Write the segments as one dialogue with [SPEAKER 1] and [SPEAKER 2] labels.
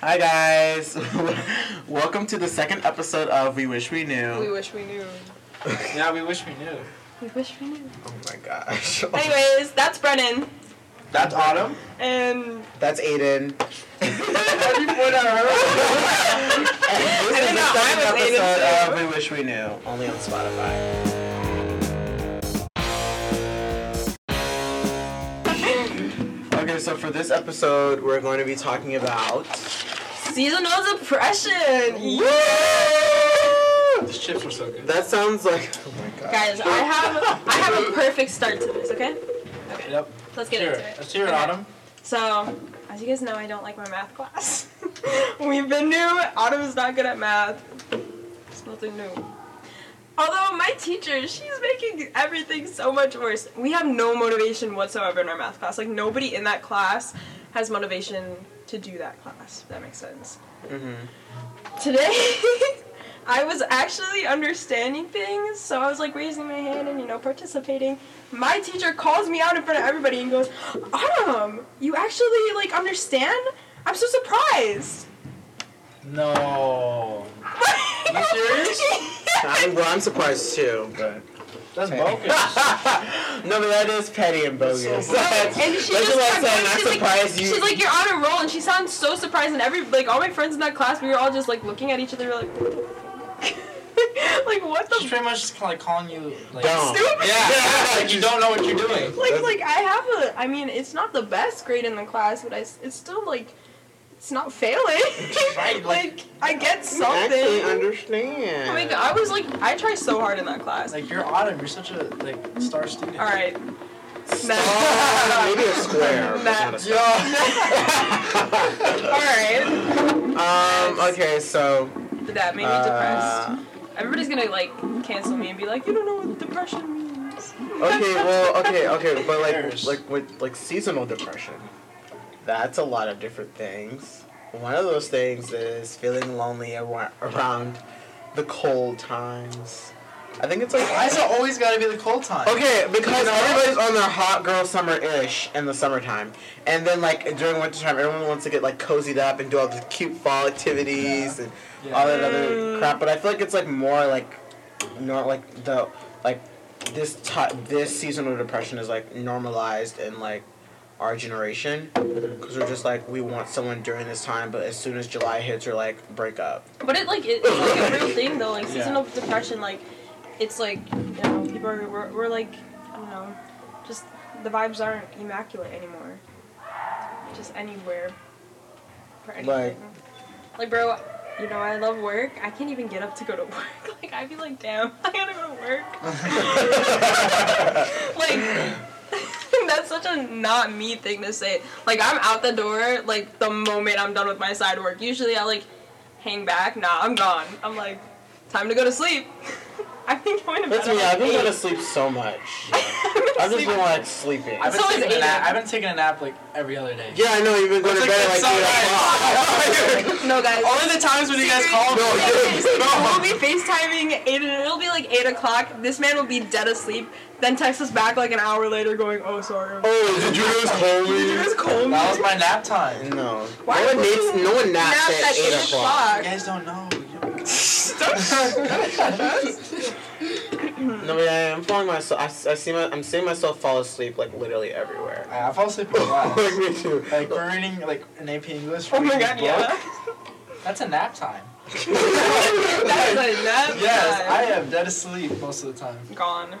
[SPEAKER 1] Hi guys, welcome to the second episode of We Wish We
[SPEAKER 2] We
[SPEAKER 1] Knew.
[SPEAKER 2] wish we knew.
[SPEAKER 3] Yeah, we wish we knew.
[SPEAKER 2] We wish we knew.
[SPEAKER 1] Oh my gosh.
[SPEAKER 2] Anyways, that's Brennan.
[SPEAKER 1] That's Autumn.
[SPEAKER 2] And
[SPEAKER 4] That's Aiden.
[SPEAKER 1] And this
[SPEAKER 2] I
[SPEAKER 1] is
[SPEAKER 2] didn't
[SPEAKER 1] the
[SPEAKER 2] know
[SPEAKER 1] second
[SPEAKER 2] I was Aiden,
[SPEAKER 1] episode of We Wish We Knew, only on Spotify. Okay, so for this episode, we're going to be talking about.
[SPEAKER 2] seasonal depression.
[SPEAKER 3] These chips were so good.
[SPEAKER 1] That sounds like. oh
[SPEAKER 2] Guys, I have I have a perfect start to this, okay?
[SPEAKER 3] Yep.
[SPEAKER 2] Let's get
[SPEAKER 3] Sure.
[SPEAKER 2] into it.
[SPEAKER 3] Let's hear it,
[SPEAKER 2] Okay.
[SPEAKER 3] Autumn.
[SPEAKER 2] So, as you guys know, I don't like my math class. We've been new. Autumn's not good at math. It's nothing new. Although my teacher, she's making everything so much worse. We have no motivation whatsoever in our math class. Like nobody in that class has motivation to do that class. If that makes sense.
[SPEAKER 1] Mm-hmm.
[SPEAKER 2] Today, I was actually understanding things, so I was like raising my hand and you know participating. My teacher calls me out in front of everybody and goes, "Autumn, you actually like understand? I'm so surprised."
[SPEAKER 3] No.
[SPEAKER 2] you
[SPEAKER 3] serious?
[SPEAKER 1] I'm, well, I'm surprised too, but.
[SPEAKER 3] That's bogus.
[SPEAKER 1] No, but that is petty and bogus.
[SPEAKER 3] That's so
[SPEAKER 2] and she
[SPEAKER 1] That's
[SPEAKER 2] just
[SPEAKER 1] what
[SPEAKER 2] kept
[SPEAKER 1] I'm saying.
[SPEAKER 2] going.
[SPEAKER 1] I'm
[SPEAKER 2] She's like-
[SPEAKER 1] surprised you.
[SPEAKER 2] She's like, "You're on a roll," and she sounds so surprised. And every like all my friends in that class, we were all just like looking at each other, like, "What the fuck?" like what the
[SPEAKER 3] She's pretty much just like calling you like.
[SPEAKER 1] Dumb.
[SPEAKER 2] stupid.
[SPEAKER 3] Yeah. like you don't know what you're doing.
[SPEAKER 2] like like I have a I mean it's not the best grade in the class but I s- it's still like it's not failing
[SPEAKER 3] Right, like-
[SPEAKER 2] like I get
[SPEAKER 4] Actually,
[SPEAKER 2] something
[SPEAKER 4] understand.
[SPEAKER 2] oh my god I was like I try so hard in that class
[SPEAKER 3] Like you're Autumn. You're such a like star student.
[SPEAKER 2] all right
[SPEAKER 4] Uh,
[SPEAKER 2] Math.
[SPEAKER 4] maybe a square. but it's not a square.
[SPEAKER 2] all right
[SPEAKER 1] Um. Okay. So.
[SPEAKER 2] but that made me
[SPEAKER 1] uh,
[SPEAKER 2] depressed everybody's gonna like cancel me and be like you don't know what depression means
[SPEAKER 1] okay. Well. Okay. Okay. But like,
[SPEAKER 3] Cares.
[SPEAKER 1] like with like seasonal depression, that's a lot of different things. One of those things is feeling lonely ar- around the cold times. I think it's like
[SPEAKER 3] Why is it always gotta be the cold time?
[SPEAKER 1] Okay, because everybody's on their hot girl summer ish in the summertime. And then, like, during wintertime, everyone wants to get, like, cozied up and do all the cute fall activities and
[SPEAKER 3] Yeah.
[SPEAKER 1] all that other crap. But I feel like it's, like, more like, nor, like, the, like, this ti this seasonal depression is, like, normalized in, like, our generation. Because we're just like, we want someone during this time, but as soon as July hits, we're like, break up.
[SPEAKER 2] But it like it, it's like a real thing though. Like
[SPEAKER 3] Yeah.
[SPEAKER 2] seasonal depression, like it's like you know people are we're, we're like I don't know, just the vibes aren't immaculate anymore. Just anywhere. For anything. Like, bro, you know I love work. I can't even get up to go to work. Like I'd be like, damn, I gotta go to work. like. That's such a not me thing to say. Like I'm out the door like the moment I'm done with my side work. Usually I like hang back. Nah, I'm gone. I'm like, time to go to sleep. I think I'm in bed.
[SPEAKER 1] That's me,
[SPEAKER 2] at,
[SPEAKER 1] I've
[SPEAKER 2] like,
[SPEAKER 1] been going to
[SPEAKER 2] eight.
[SPEAKER 1] sleep so much.
[SPEAKER 2] I'm
[SPEAKER 1] I've
[SPEAKER 2] gonna
[SPEAKER 1] just
[SPEAKER 2] sleep.
[SPEAKER 1] been, like, sleeping.
[SPEAKER 3] I've been,
[SPEAKER 2] So is
[SPEAKER 3] taking a nap.
[SPEAKER 2] Aiden.
[SPEAKER 3] I've been taking a nap like every other day.
[SPEAKER 1] Yeah, I know you've been going
[SPEAKER 3] It's
[SPEAKER 1] to bed
[SPEAKER 3] like
[SPEAKER 1] at like eight o'clock.
[SPEAKER 2] No, guys.
[SPEAKER 3] Only the times when you guys call.
[SPEAKER 1] No,
[SPEAKER 3] me.
[SPEAKER 2] We'll be FaceTiming Aiden. It'll be like 8 o'clock. This man will be dead asleep. Then text us back like an hour later going, oh, sorry.
[SPEAKER 1] oh, did you just call
[SPEAKER 2] Did you just call me?
[SPEAKER 3] That was my nap time.
[SPEAKER 1] No.
[SPEAKER 2] Why
[SPEAKER 1] no one
[SPEAKER 2] would
[SPEAKER 1] naps.
[SPEAKER 2] you
[SPEAKER 1] No one naps,
[SPEAKER 2] Naps
[SPEAKER 1] at, eight, o'clock.
[SPEAKER 3] You guys don't know. You don't-
[SPEAKER 1] No, yeah, yeah, I'm falling myself. I, s- I see my. I'm seeing myself fall asleep like literally everywhere.
[SPEAKER 3] I I fall asleep in class.
[SPEAKER 1] like me too.
[SPEAKER 3] Like we're reading like an AP English.
[SPEAKER 2] Oh my
[SPEAKER 3] reading
[SPEAKER 2] god,
[SPEAKER 3] book.
[SPEAKER 2] yeah.
[SPEAKER 3] That's a nap time.
[SPEAKER 2] That is a nap
[SPEAKER 3] Yes,
[SPEAKER 2] time.
[SPEAKER 3] I am dead asleep most of the time.
[SPEAKER 2] Gone.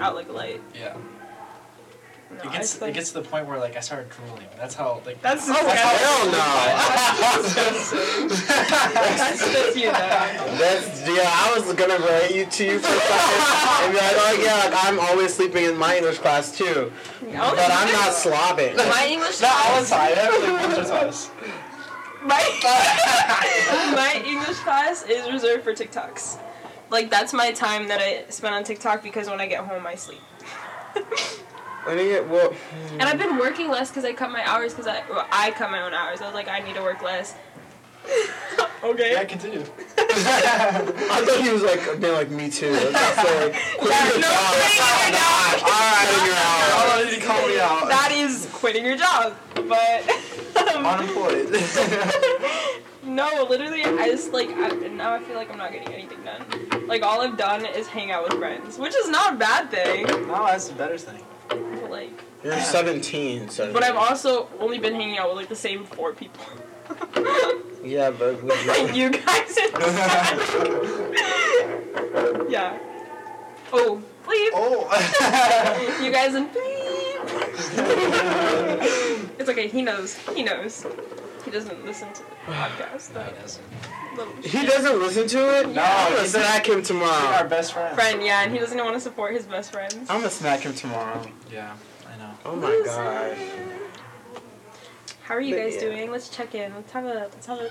[SPEAKER 2] Out like a light.
[SPEAKER 3] Yeah.
[SPEAKER 2] No,
[SPEAKER 3] It gets
[SPEAKER 2] I-
[SPEAKER 3] it gets to the point where like I started drooling. That's how like
[SPEAKER 2] That's
[SPEAKER 1] Oh, hell no.
[SPEAKER 2] That's just you, though.
[SPEAKER 1] That's yeah. I was gonna relate you to you for a second and be like, oh yeah, like, I'm always sleeping in my English class too, but I'm not slobbing.
[SPEAKER 2] My English
[SPEAKER 3] not all
[SPEAKER 2] class.
[SPEAKER 3] the time. That was like once or twice.
[SPEAKER 2] My, my English class is reserved for TikToks. Like that's my time that I spend on TikTok because when I get home I sleep.
[SPEAKER 1] When you get well,
[SPEAKER 2] And I've been working less because I cut my hours because I well, I cut my own hours. I was like I need to work less. okay.
[SPEAKER 3] Yeah, continue.
[SPEAKER 1] I thought he was like being like me too. That's like, quit
[SPEAKER 2] Yeah,
[SPEAKER 1] your
[SPEAKER 2] no,
[SPEAKER 1] job.
[SPEAKER 2] quitting your job.
[SPEAKER 1] All right, in your hour.
[SPEAKER 3] Oh, did you call me out?
[SPEAKER 2] That is quitting your job, but. um,
[SPEAKER 3] Unemployed.
[SPEAKER 2] No, literally, I just like I, and now I feel like I'm not getting anything done. Like all I've done is hang out with friends, which is not a bad thing.
[SPEAKER 3] No, that's a better thing.
[SPEAKER 2] But, like,
[SPEAKER 1] You're
[SPEAKER 3] Yeah.
[SPEAKER 1] 17, so.
[SPEAKER 2] but I've also only been hanging out with like the same four people.
[SPEAKER 1] Yeah, but would you?
[SPEAKER 2] you guys. and- yeah. Oh, please.
[SPEAKER 3] Oh.
[SPEAKER 2] You guys and please. it's okay. He knows. He knows. He doesn't listen to the podcast.
[SPEAKER 3] no, he
[SPEAKER 2] That
[SPEAKER 3] doesn't.
[SPEAKER 2] little
[SPEAKER 1] He doesn't listen to it?
[SPEAKER 2] No,
[SPEAKER 1] I'm gonna
[SPEAKER 3] he's-
[SPEAKER 1] smack him
[SPEAKER 3] You're our
[SPEAKER 1] tomorrow.
[SPEAKER 3] best friend.
[SPEAKER 2] friend. Yeah, and he doesn't want to support his best friends.
[SPEAKER 1] I'm gonna smack him tomorrow.
[SPEAKER 3] Yeah, I know.
[SPEAKER 1] Oh my
[SPEAKER 2] Loser.
[SPEAKER 1] gosh.
[SPEAKER 2] How are you
[SPEAKER 1] But
[SPEAKER 2] guys
[SPEAKER 1] yeah.
[SPEAKER 2] doing? Let's check in. Let's have a let's have a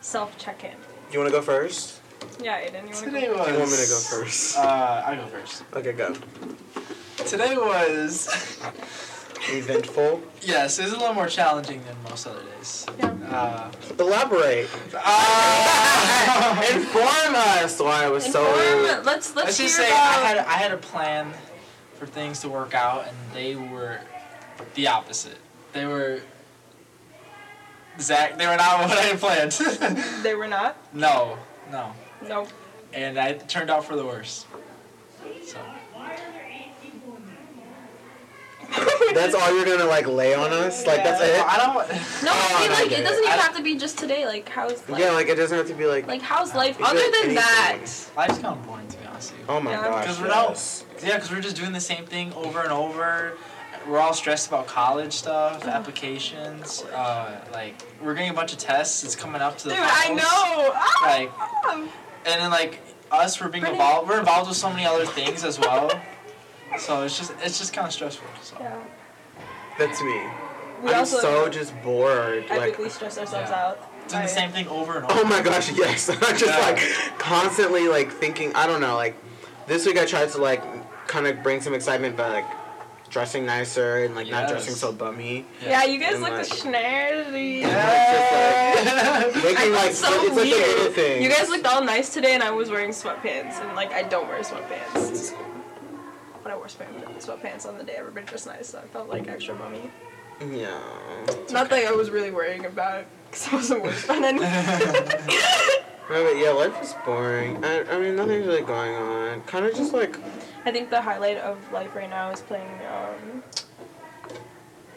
[SPEAKER 2] self check in.
[SPEAKER 1] You wanna go first?
[SPEAKER 2] Yeah, Aiden, you want to
[SPEAKER 3] Today
[SPEAKER 2] go?
[SPEAKER 3] was.
[SPEAKER 1] Do you want me to go first?
[SPEAKER 3] Uh, I go first.
[SPEAKER 1] Okay, go.
[SPEAKER 3] Today was.
[SPEAKER 1] Eventful.
[SPEAKER 3] yes, it was a little more challenging than most other days.
[SPEAKER 2] Yeah.
[SPEAKER 3] Uh,
[SPEAKER 1] Elaborate.
[SPEAKER 3] uh,
[SPEAKER 1] Inform us why it was so.
[SPEAKER 2] Inform- let's let's,
[SPEAKER 3] let's
[SPEAKER 2] hear
[SPEAKER 3] just say
[SPEAKER 2] about.
[SPEAKER 3] I had I had a plan for things to work out, and they were the opposite. They were. Zach, they were not what I had planned.
[SPEAKER 2] They were not.
[SPEAKER 3] no, no,
[SPEAKER 2] No.
[SPEAKER 3] and I it turned out for the worse. So
[SPEAKER 1] That's all you're gonna like lay on us? Like that's
[SPEAKER 3] No,
[SPEAKER 1] it?
[SPEAKER 3] I don't.
[SPEAKER 2] No,
[SPEAKER 1] Oh,
[SPEAKER 2] I mean
[SPEAKER 1] I
[SPEAKER 2] like
[SPEAKER 1] get
[SPEAKER 2] it
[SPEAKER 1] it.
[SPEAKER 2] doesn't
[SPEAKER 3] I-
[SPEAKER 2] even have to be just today. Like how's life?
[SPEAKER 1] Yeah, like it doesn't have to be like.
[SPEAKER 2] like how's life?
[SPEAKER 1] It could
[SPEAKER 2] Other than
[SPEAKER 1] be
[SPEAKER 2] that,
[SPEAKER 3] Life's kind of boring to be honest with you.
[SPEAKER 1] oh my
[SPEAKER 2] Yeah.
[SPEAKER 1] gosh.
[SPEAKER 3] Because we're
[SPEAKER 1] yes.
[SPEAKER 3] not, yeah, because we're just doing the same thing over and over. We're all stressed about college stuff,
[SPEAKER 2] Oh.
[SPEAKER 3] applications. Uh, like we're getting a bunch of tests. It's coming up to the
[SPEAKER 2] dude, I
[SPEAKER 3] finals.
[SPEAKER 2] know. Ah,
[SPEAKER 3] Like-
[SPEAKER 2] ah.
[SPEAKER 3] And then like us, we're being
[SPEAKER 2] Brennan.
[SPEAKER 3] involved. We're involved with so many other things as well. so it's just it's just kind of stressful. So
[SPEAKER 2] Yeah.
[SPEAKER 1] That's me.
[SPEAKER 2] We
[SPEAKER 1] I'm
[SPEAKER 2] also
[SPEAKER 1] so just bored. Like,
[SPEAKER 2] epically stress ourselves
[SPEAKER 3] Yeah.
[SPEAKER 2] out.
[SPEAKER 3] doing
[SPEAKER 2] by-
[SPEAKER 3] the same thing over and over.
[SPEAKER 1] oh my gosh, yes. I'm just
[SPEAKER 3] Yeah.
[SPEAKER 1] like constantly like thinking. I don't know. Like this week I tried to like kind of bring some excitement by like dressing nicer and like not dressing
[SPEAKER 3] Yes.
[SPEAKER 1] so bummy.
[SPEAKER 2] Yeah, you guys
[SPEAKER 1] And,
[SPEAKER 2] look
[SPEAKER 1] like-
[SPEAKER 2] snazzy.
[SPEAKER 1] Yeah.
[SPEAKER 3] Yeah.
[SPEAKER 1] Making
[SPEAKER 2] I
[SPEAKER 1] like
[SPEAKER 2] felt so
[SPEAKER 1] it's like the
[SPEAKER 2] weird.
[SPEAKER 1] little thing.
[SPEAKER 2] You guys looked all nice today, and I was wearing sweatpants, and like I don't wear sweatpants. But I wore sweatpants sweatpants on the day everybody dressed nice, so I felt like extra bummy.
[SPEAKER 1] Yeah.
[SPEAKER 2] Not that I was really worrying about it, because I wasn't worried about anything.
[SPEAKER 1] Right, but yeah, life is boring. I, I mean, nothing's really going on. Kind of just like
[SPEAKER 2] I think the highlight of life right now is playing. Um,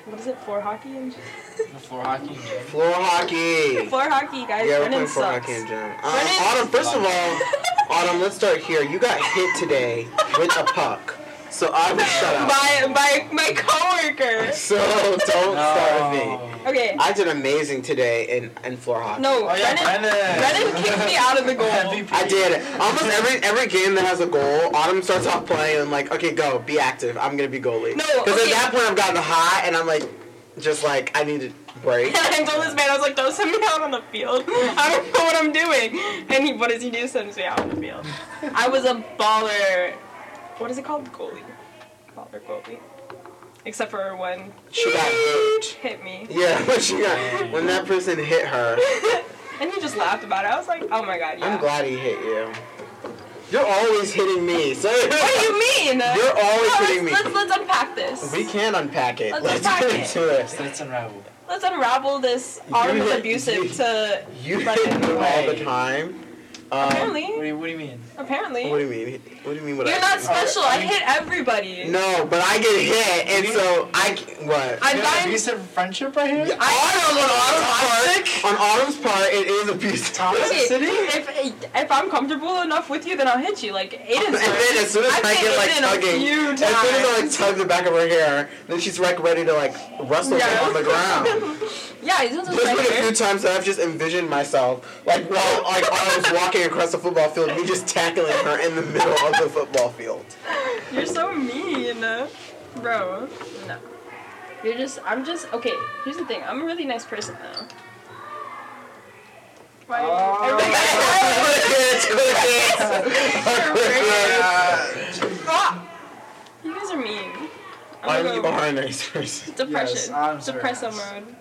[SPEAKER 2] what is it? Floor hockey and
[SPEAKER 3] The floor hockey. game.
[SPEAKER 1] floor hockey.
[SPEAKER 2] floor hockey, guys.
[SPEAKER 1] yeah, we're
[SPEAKER 2] Brennan
[SPEAKER 1] playing floor
[SPEAKER 2] sucks.
[SPEAKER 1] hockey in gym. Um,
[SPEAKER 2] Brennan-
[SPEAKER 1] Autumn, first of all, Autumn, let's start here. You got hit today with a puck, so I would shut up.
[SPEAKER 2] by by my coworker.
[SPEAKER 1] So don't start with me.
[SPEAKER 2] Okay.
[SPEAKER 1] I did amazing today in, in floor hockey.
[SPEAKER 2] no,
[SPEAKER 3] Oh yeah,
[SPEAKER 2] Brennan-
[SPEAKER 3] Brennan.
[SPEAKER 2] Brennan kicked me out of the goal.
[SPEAKER 3] MVP.
[SPEAKER 1] I did. Almost every every game that has a goal, Autumn starts off playing and like, okay, go, be active. I'm gonna be goalie.
[SPEAKER 2] No,
[SPEAKER 1] because
[SPEAKER 2] okay.
[SPEAKER 1] at that point I've gotten hot and I'm like, just like I need a break.
[SPEAKER 2] And I told this man, I was like, don't send me out on the field. I don't know what I'm doing. And he, what does he do? Sends me out on the field. I was a baller. What is it called? Goalie. Baller goalie. Except for when
[SPEAKER 1] She got hurt.
[SPEAKER 2] hit me.
[SPEAKER 1] Yeah, when she got when that person hit her,
[SPEAKER 2] And he just laughed about it. I was like, oh my god, yeah.
[SPEAKER 1] I'm glad he hit you. You're always hitting me, so you're
[SPEAKER 2] What do you mean?
[SPEAKER 1] always
[SPEAKER 2] No,
[SPEAKER 1] hitting me.
[SPEAKER 2] let's, let's, let's unpack this.
[SPEAKER 1] We can unpack it.
[SPEAKER 2] Let's
[SPEAKER 1] Let's,
[SPEAKER 2] unpack
[SPEAKER 1] get
[SPEAKER 2] it.
[SPEAKER 1] into it.
[SPEAKER 3] Let's unravel.
[SPEAKER 2] Let's unravel this
[SPEAKER 1] You
[SPEAKER 2] arm of
[SPEAKER 1] hit-
[SPEAKER 2] abusive
[SPEAKER 1] you-
[SPEAKER 2] to.
[SPEAKER 1] You
[SPEAKER 2] Right.
[SPEAKER 1] hit me all the
[SPEAKER 3] Right.
[SPEAKER 1] time. Um,
[SPEAKER 2] Apparently.
[SPEAKER 3] What do you, what do you mean?
[SPEAKER 2] apparently.
[SPEAKER 1] what do you mean? What do you mean? What
[SPEAKER 2] You're
[SPEAKER 1] I
[SPEAKER 2] not
[SPEAKER 1] do?
[SPEAKER 2] special. I
[SPEAKER 3] Alright, I mean-
[SPEAKER 2] hit everybody.
[SPEAKER 1] No, but I get hit, and so I c- what?
[SPEAKER 2] I'm
[SPEAKER 3] You
[SPEAKER 2] not-
[SPEAKER 3] have abusive friendship right here.
[SPEAKER 1] I on Autumn's part, on Autumn's part, it is abuse.
[SPEAKER 3] Toxic?
[SPEAKER 2] Okay,
[SPEAKER 3] City?
[SPEAKER 2] If if I'm comfortable enough with you, then I'll hit you. Like
[SPEAKER 1] And
[SPEAKER 2] Aiden's
[SPEAKER 1] then as soon as I,
[SPEAKER 2] I've hit
[SPEAKER 1] get like
[SPEAKER 2] Aiden a
[SPEAKER 1] tugging,
[SPEAKER 2] few
[SPEAKER 1] as soon as I like
[SPEAKER 2] times.
[SPEAKER 1] tug the back of her hair, then she's like ready to like wrestle me
[SPEAKER 2] Yeah.
[SPEAKER 1] on the ground.
[SPEAKER 2] yeah,
[SPEAKER 1] There's
[SPEAKER 2] Aiden's
[SPEAKER 1] been a few
[SPEAKER 2] right
[SPEAKER 1] times that I've just envisioned myself like while like I was walking across the football field, me just tackling her in the middle of the football field.
[SPEAKER 2] here. You're so mean, bro. No, you're just. I'm just. Okay, here's the thing. I'm a really nice person though. Why?
[SPEAKER 3] Oh.
[SPEAKER 2] Everybody-
[SPEAKER 1] Quick hits, quick hits. Quick hits.
[SPEAKER 2] Ah! You guys are mean.
[SPEAKER 1] I'm
[SPEAKER 2] I'm
[SPEAKER 1] gonna
[SPEAKER 2] gonna
[SPEAKER 1] be
[SPEAKER 2] go
[SPEAKER 1] behind the next person.
[SPEAKER 2] depression.
[SPEAKER 3] Yes, I'm sorry,
[SPEAKER 2] Depressive
[SPEAKER 3] guys.
[SPEAKER 2] mode.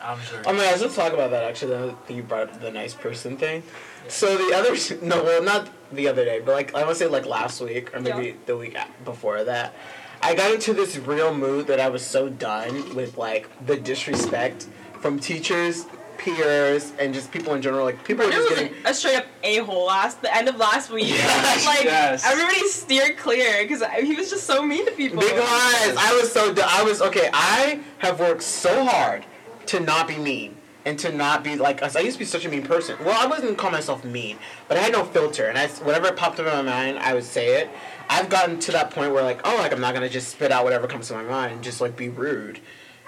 [SPEAKER 3] I'm sure.
[SPEAKER 1] Oh my gosh, let's talk about that actually. Now that you brought up the nice person thing. So the other, no, well, not the other day, but like I want to say like last week or maybe
[SPEAKER 2] Yeah.
[SPEAKER 1] the week a- before that, I got into this real mood that I was so done with like the disrespect from teachers, peers and just people in general. Like people are
[SPEAKER 2] It
[SPEAKER 1] just
[SPEAKER 2] was
[SPEAKER 1] getting
[SPEAKER 2] a straight up a hole last the end of last week.
[SPEAKER 3] Yes,
[SPEAKER 2] like
[SPEAKER 3] yes.
[SPEAKER 2] everybody steered clear because he was just so mean to people.
[SPEAKER 1] big lies. I was so d- I was okay. I have worked so hard to not be mean and to not be like I used to be such a mean person. Well, I wasn't call myself mean, but I had no filter, and I s- whatever popped up in my mind, I would say it. I've gotten to that point where like oh like I'm not gonna just spit out whatever comes to my mind, and just like be rude.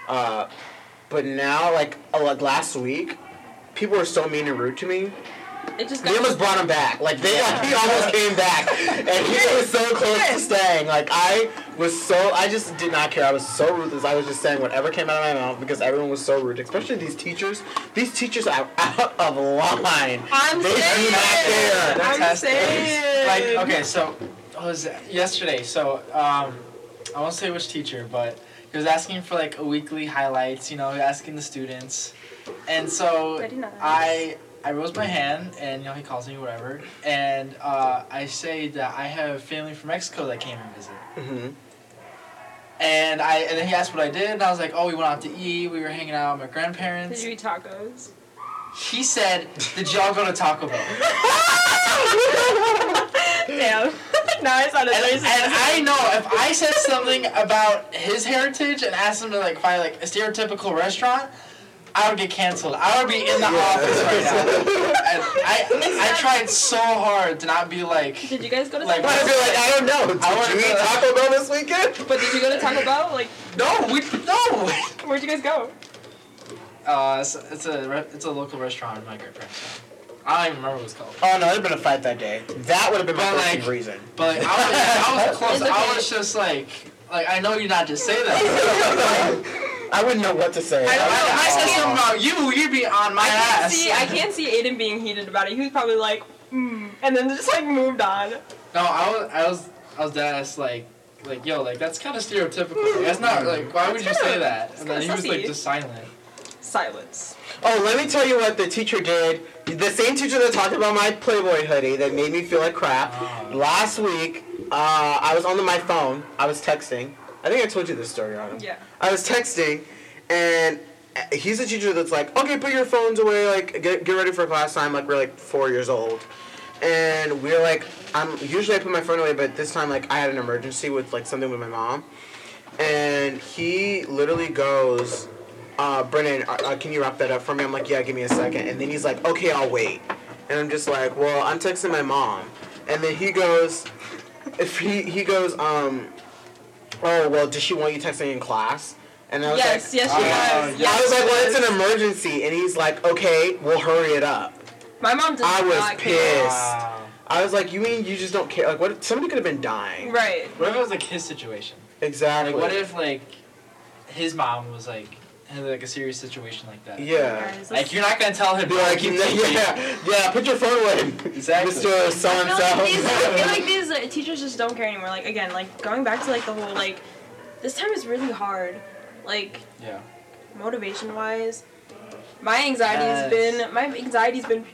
[SPEAKER 1] Uh, but now like uh, like last week. People were so mean and rude to me.
[SPEAKER 2] It just
[SPEAKER 1] They
[SPEAKER 2] got
[SPEAKER 1] almost brought him back. Like they, like, he almost came back, and he was so close to staying. Like I was so, I just did not care. I was so ruthless. I was just saying whatever came out of my mouth because everyone was so rude, especially these teachers. These teachers are out of line.
[SPEAKER 2] I'm
[SPEAKER 1] They do
[SPEAKER 2] saying.
[SPEAKER 1] not care.
[SPEAKER 2] I'm
[SPEAKER 3] That's-
[SPEAKER 2] saying.
[SPEAKER 3] Like okay, so what was that? yesterday. So um, I won't say which teacher, but he was asking for like a weekly highlights. You know, asking the students, and so
[SPEAKER 2] Very nice.
[SPEAKER 3] I I rose my hand, and you know he calls me whatever, and uh, I say that I have family from Mexico that came and visit.
[SPEAKER 1] Mm-hmm.
[SPEAKER 3] And I and then he asked what I did, and I was like, oh, we went out to eat. We were hanging out with my
[SPEAKER 2] Did
[SPEAKER 3] grandparents.
[SPEAKER 2] you eat tacos?
[SPEAKER 3] He said, did y'all go to Taco Bell?
[SPEAKER 2] Damn. now I sounded
[SPEAKER 3] And,
[SPEAKER 2] very
[SPEAKER 3] and I know if I said something about his heritage and asked him to like find like a stereotypical restaurant, I would get canceled. I would be in the office right now. And I I tried so hard to not be like.
[SPEAKER 2] Did you guys go to
[SPEAKER 3] Like,
[SPEAKER 1] I'd
[SPEAKER 2] Taco
[SPEAKER 1] be like, I don't know. Did
[SPEAKER 3] I wanna
[SPEAKER 1] you
[SPEAKER 3] go-
[SPEAKER 1] eat Taco Bell this weekend?
[SPEAKER 2] But did you go to Taco Bell? Like,
[SPEAKER 3] No, we no.
[SPEAKER 2] where'd you guys go?
[SPEAKER 3] Uh, it's, it's a re- it's a local restaurant in my grandparents. town. I don't even remember what it's called.
[SPEAKER 1] Oh no, there'd been a fight that day. That would have been my
[SPEAKER 3] But,
[SPEAKER 1] first
[SPEAKER 3] like-
[SPEAKER 1] reason.
[SPEAKER 3] But like, I was I was close.
[SPEAKER 2] It's okay.
[SPEAKER 3] I was just like like I know you're not just say that.
[SPEAKER 1] I wouldn't know what to say.
[SPEAKER 3] I,
[SPEAKER 2] I-
[SPEAKER 3] I said something about you, you'd be on my
[SPEAKER 2] I can't
[SPEAKER 3] ass.
[SPEAKER 2] see. I can't see Aiden being heated about it. He was probably like, mm, and then just like moved on.
[SPEAKER 3] No, I was, I was, I was dead ass like, like yo, like that's kind of stereotypical. Like, that's not like, why would you
[SPEAKER 2] It's kinda-
[SPEAKER 3] say that?
[SPEAKER 2] it's
[SPEAKER 3] And then he
[SPEAKER 2] kinda
[SPEAKER 3] was like
[SPEAKER 2] sussy.
[SPEAKER 3] just silent.
[SPEAKER 2] Silence.
[SPEAKER 1] Oh, let me tell you what the teacher did. The same teacher that talked about my Playboy hoodie that made me feel like crap.
[SPEAKER 3] Oh.
[SPEAKER 1] Last week, uh, I was on my phone. I was texting. I think I told you this story, Autumn.
[SPEAKER 2] Yeah.
[SPEAKER 1] I was texting, and uh, he's a teacher that's like, okay, put your phones away, like, get, get ready for class time. Like, we're like four years old. And we're like, I'm usually I put my phone away, but this time, like, I had an emergency with, like, something with my mom. And he literally goes, uh, Brennan, uh, uh, can you wrap that up for me? I'm like, yeah, give me a second. And then he's like, okay, I'll wait. And I'm just like, well, I'm texting my mom. And then he goes, if he, he goes, um, oh, well, does she want you texting in class? And I was
[SPEAKER 2] Yes,
[SPEAKER 1] like,
[SPEAKER 2] yes,
[SPEAKER 3] uh,
[SPEAKER 2] she does.
[SPEAKER 3] yeah.
[SPEAKER 1] I was
[SPEAKER 2] Yes,
[SPEAKER 1] like,
[SPEAKER 2] she
[SPEAKER 1] well, it's
[SPEAKER 2] does.
[SPEAKER 1] an emergency. And he's like, okay, we'll hurry it up.
[SPEAKER 2] My mom does
[SPEAKER 1] I was
[SPEAKER 2] not care.
[SPEAKER 1] pissed. I was like, you mean you just don't care? Like, what? If, somebody could have been dying.
[SPEAKER 2] Right.
[SPEAKER 3] What if it was like his situation?
[SPEAKER 1] Exactly.
[SPEAKER 3] Like, what if like his mom was like had like a serious situation like that?
[SPEAKER 1] Yeah.
[SPEAKER 2] Guys,
[SPEAKER 3] Like you're not gonna tell him.
[SPEAKER 1] Be
[SPEAKER 3] "Bro,
[SPEAKER 1] like,
[SPEAKER 3] keep
[SPEAKER 1] yeah,
[SPEAKER 3] taking it."
[SPEAKER 1] yeah, yeah, put your phone away.
[SPEAKER 3] Exactly.
[SPEAKER 1] Mr. So
[SPEAKER 2] I
[SPEAKER 1] and
[SPEAKER 2] feel like these, I feel like
[SPEAKER 1] so.
[SPEAKER 2] these uh, teachers just don't care anymore. Like again, like going back to like the whole like, this time is really hard. Like
[SPEAKER 3] Yeah.
[SPEAKER 2] motivation wise, my anxiety has
[SPEAKER 3] Yes.
[SPEAKER 2] been my anxiety's been.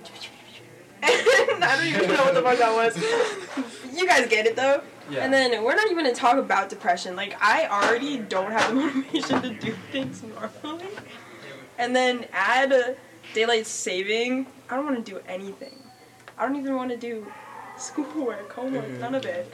[SPEAKER 2] I don't even know what the fuck that was. You guys get it though.
[SPEAKER 3] Yeah.
[SPEAKER 2] And then we're not even gonna talk about depression. Like I already don't have the motivation to do things normally. And then add uh, daylight saving. I don't want to do anything. I don't even want to do schoolwork, homework,
[SPEAKER 1] Mhm.
[SPEAKER 2] none of it.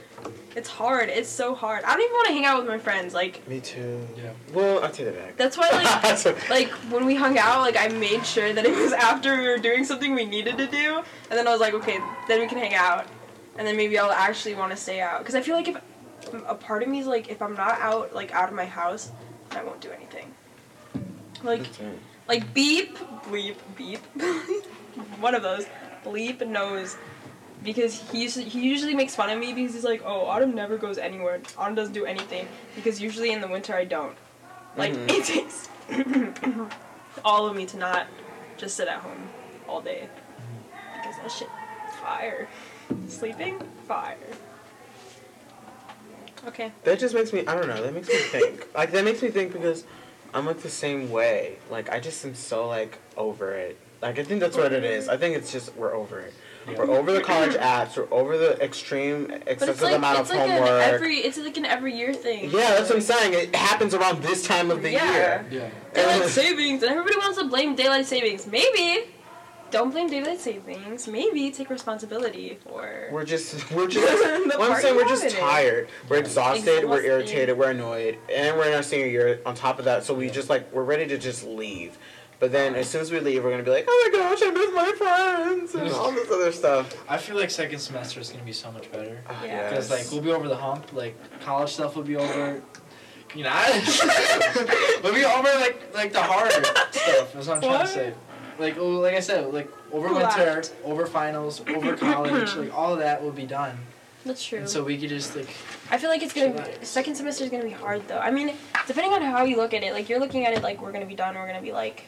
[SPEAKER 2] It's hard. It's so hard. I don't even want to hang out with my friends. Like
[SPEAKER 1] Me too.
[SPEAKER 3] Yeah.
[SPEAKER 1] Well, I'll take it back.
[SPEAKER 2] that's why like
[SPEAKER 1] So-
[SPEAKER 2] like when we hung out, like I made sure that it was after we were doing something we needed to do, and then I was like, okay, then we can hang out, and then maybe I'll actually want to stay out because I feel like if a part of me is like if I'm not out like out of my house, I won't do anything. Like like beep bleep beep, one of those bleep knows. Because he used he usually makes fun of me because he's like, oh, Autumn never goes anywhere. Autumn doesn't do anything because usually in the winter I don't. Like
[SPEAKER 1] Mhm.
[SPEAKER 2] it takes all of me to not just sit at home all day. Because that shit fire. Sleeping? Fire. Okay.
[SPEAKER 1] That just makes me, I don't know, that makes me think. like, that makes me think because I'm like the same way. Like, I just am so, like, over it. Like I think that's what it is. I think it's just we're over it. We're over the college apps. We're over the extreme
[SPEAKER 2] But it's
[SPEAKER 1] excessive
[SPEAKER 2] like
[SPEAKER 1] amount
[SPEAKER 2] it's
[SPEAKER 1] of
[SPEAKER 2] like
[SPEAKER 1] homework.
[SPEAKER 2] an every it's like an every year thing.
[SPEAKER 1] yeah, that's what I'm saying. It happens around this time of the
[SPEAKER 2] Yeah.
[SPEAKER 1] year.
[SPEAKER 3] Yeah.
[SPEAKER 2] Daylight savings, and everybody wants to blame daylight savings. Maybe don't blame daylight savings. Maybe take responsibility for.
[SPEAKER 1] We're just, we're just.
[SPEAKER 2] The
[SPEAKER 1] what I'm
[SPEAKER 2] part
[SPEAKER 1] saying,
[SPEAKER 2] you
[SPEAKER 1] we're just
[SPEAKER 2] have it in.
[SPEAKER 1] tired. We're exhausted. We're
[SPEAKER 2] Exhausted.
[SPEAKER 1] irritated. We're annoyed, and we're in our senior year. On top of that, so we just like we're ready to just leave. But then as soon as we leave, we're gonna be like, oh my gosh, I miss my friends and all this other stuff.
[SPEAKER 3] I feel like second semester is gonna be so much better.
[SPEAKER 1] Ah,
[SPEAKER 2] Yeah.
[SPEAKER 3] Because
[SPEAKER 1] yes.
[SPEAKER 3] like we'll be over the hump, like college stuff will be over. You know, I, we'll be over like like the hard stuff. That's what I'm trying
[SPEAKER 2] What?
[SPEAKER 3] to say. Like oh, like I said, like over
[SPEAKER 2] Who
[SPEAKER 3] winter,
[SPEAKER 2] laughed?
[SPEAKER 3] over finals, over college, like all of that will be done,
[SPEAKER 2] That's true.
[SPEAKER 3] and so we could just like
[SPEAKER 2] I feel like it's gonna be, second semester is gonna be hard though. I mean, depending on how you look at it, like you're looking at it like we're gonna be done. We're gonna be like,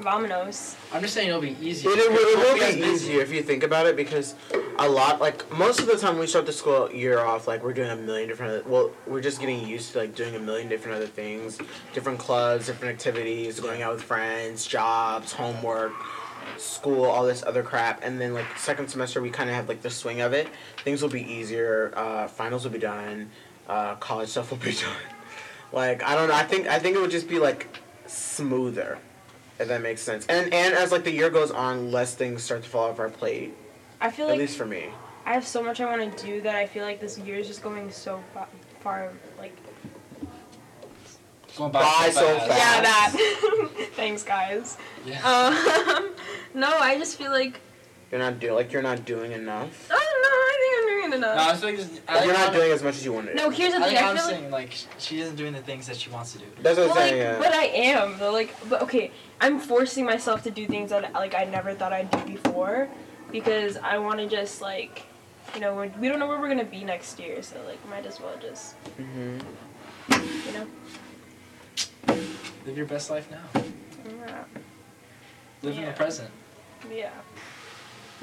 [SPEAKER 2] vamonos.
[SPEAKER 3] I'm just saying it'll be easier.
[SPEAKER 1] It, it will- it
[SPEAKER 3] Won't
[SPEAKER 1] will
[SPEAKER 3] be as
[SPEAKER 1] be
[SPEAKER 3] busy.
[SPEAKER 1] easier if you think about it because a lot, like most of the time, we start the school year off like we're doing a million different. Other, well, we're just getting used to like doing a million different other things, different clubs, different activities, going out with friends, jobs, homework, school, all this other crap. And then like second semester, we kind of have like the swing of it. Things will be easier. Uh, finals will be done. Uh, college stuff will be done. Like I don't know. I think I think it would just be like smoother. If that makes sense. And and as like the year goes on, less things start to fall off our plate.
[SPEAKER 2] I feel
[SPEAKER 1] At
[SPEAKER 2] like
[SPEAKER 1] least for me.
[SPEAKER 2] I have so much I want to do that I feel like this year is just going so fa- far, like
[SPEAKER 3] Going
[SPEAKER 1] Buy so
[SPEAKER 2] yeah,
[SPEAKER 1] fast.
[SPEAKER 2] that. Thanks, guys.
[SPEAKER 3] Yeah.
[SPEAKER 2] Um, no, I just feel like
[SPEAKER 1] You're not doing like you're not doing enough.
[SPEAKER 2] oh no, I think I'm doing
[SPEAKER 3] no, I
[SPEAKER 2] enough.
[SPEAKER 3] was like, just- I
[SPEAKER 1] Like,
[SPEAKER 3] like
[SPEAKER 1] you're not
[SPEAKER 3] Anna-
[SPEAKER 1] doing as much as you wanted.
[SPEAKER 2] No, here's the
[SPEAKER 3] I
[SPEAKER 2] thing.
[SPEAKER 3] think
[SPEAKER 2] I
[SPEAKER 3] I'm
[SPEAKER 2] feel like
[SPEAKER 3] saying like sh- she isn't doing the things that she wants to do.
[SPEAKER 1] That's what I'm
[SPEAKER 2] but like,
[SPEAKER 1] saying. yeah.
[SPEAKER 2] but I am though. Like, but okay, I'm forcing myself to do things that like I never thought I'd do before, because I want to just like, you know, we're, we don't know where we're gonna be next year, so like, might as well just,
[SPEAKER 1] hmm
[SPEAKER 2] you know.
[SPEAKER 3] Live your best life now.
[SPEAKER 2] Yeah.
[SPEAKER 3] Live in
[SPEAKER 2] Yeah.
[SPEAKER 3] the present.
[SPEAKER 2] Yeah.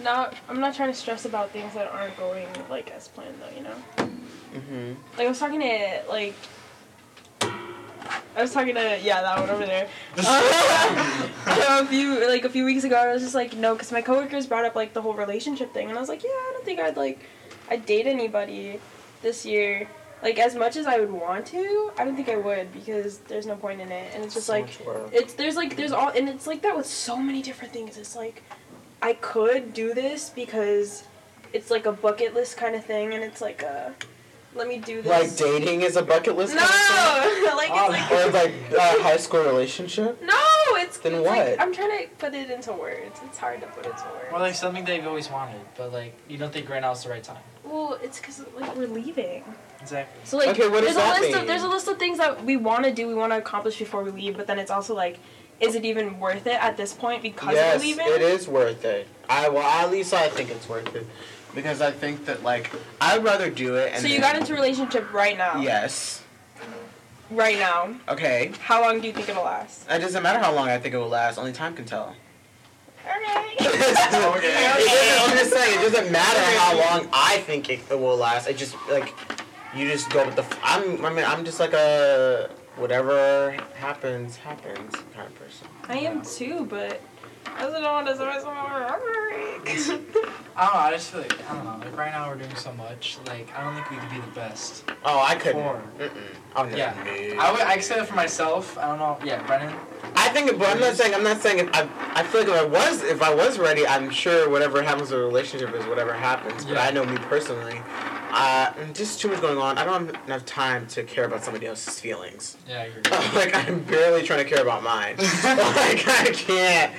[SPEAKER 2] Not, I'm not trying to stress about things that aren't going like as planned though, you know.
[SPEAKER 1] hmm
[SPEAKER 2] Like I was talking to like. I was talking to yeah that one over there. a few like a few weeks ago, I was just like no, because my coworkers brought up like the whole relationship thing, and I was like yeah, I don't think I'd like, I'd date anybody this year. Like as much as I would want to, I don't think I would because there's no point in it, and it's just
[SPEAKER 1] So
[SPEAKER 2] like
[SPEAKER 1] much work.
[SPEAKER 2] it's there's like there's all and it's like that with so many different things. It's like I could do this because it's like a bucket list kind of thing, and it's like a let me do
[SPEAKER 1] Like
[SPEAKER 2] this.
[SPEAKER 1] dating is a bucket list.
[SPEAKER 2] no,
[SPEAKER 1] kind of
[SPEAKER 2] like
[SPEAKER 3] Oh,
[SPEAKER 2] it's
[SPEAKER 1] thing?
[SPEAKER 2] like
[SPEAKER 1] Or like a high school relationship.
[SPEAKER 2] no, it's
[SPEAKER 1] Then
[SPEAKER 2] it's like-
[SPEAKER 1] what?
[SPEAKER 2] I'm trying to put it into words. It's hard to put it to
[SPEAKER 3] Or
[SPEAKER 2] words.
[SPEAKER 3] like something that you've always wanted, but like you don't think right now is the right time.
[SPEAKER 2] Well, it's because like we're leaving.
[SPEAKER 3] Exactly.
[SPEAKER 2] So like
[SPEAKER 1] Okay, what does
[SPEAKER 2] there's a
[SPEAKER 1] that
[SPEAKER 2] list
[SPEAKER 1] mean?
[SPEAKER 2] of there's a list of things that we want to do, we want to accomplish before we leave, but then it's also like, is it even worth it at this point because
[SPEAKER 1] yes,
[SPEAKER 2] we're leaving?
[SPEAKER 1] it is worth it. I well at least I think it's worth it because I think that like I'd rather do it. And
[SPEAKER 2] So you
[SPEAKER 1] then-
[SPEAKER 2] got into a relationship right now.
[SPEAKER 1] Yes.
[SPEAKER 2] Right now.
[SPEAKER 1] Okay.
[SPEAKER 2] How long do you think it'll last?
[SPEAKER 1] It doesn't matter how long I think it will last. Only time can tell.
[SPEAKER 2] Okay.
[SPEAKER 1] It doesn't- I'm just saying, it doesn't matter how long I think it, it will last. It just like you just go with the. f- I'm. I mean, I'm just like a whatever happens happens kind of person.
[SPEAKER 2] I am too, but I also don't want to surprise someone.
[SPEAKER 3] I don't know. I just feel like I don't know. Like right now we're doing so much. Like I don't think we could be the best.
[SPEAKER 1] Oh, I couldn't.
[SPEAKER 3] Or-
[SPEAKER 1] Mm-mm. I'll never
[SPEAKER 3] Yeah.
[SPEAKER 1] be.
[SPEAKER 3] I would. I can say that for myself. I don't know. Yeah, Brennan.
[SPEAKER 1] I think, but I'm not saying. I'm not saying. If I, I feel like if I was, if I was ready, I'm sure whatever happens with a relationship is whatever happens. But
[SPEAKER 3] Yeah.
[SPEAKER 1] I know me personally, uh, just too much going on. I don't have enough time to care about somebody else's feelings.
[SPEAKER 3] Yeah, you're.
[SPEAKER 1] like I'm barely trying to care about mine. like I can't,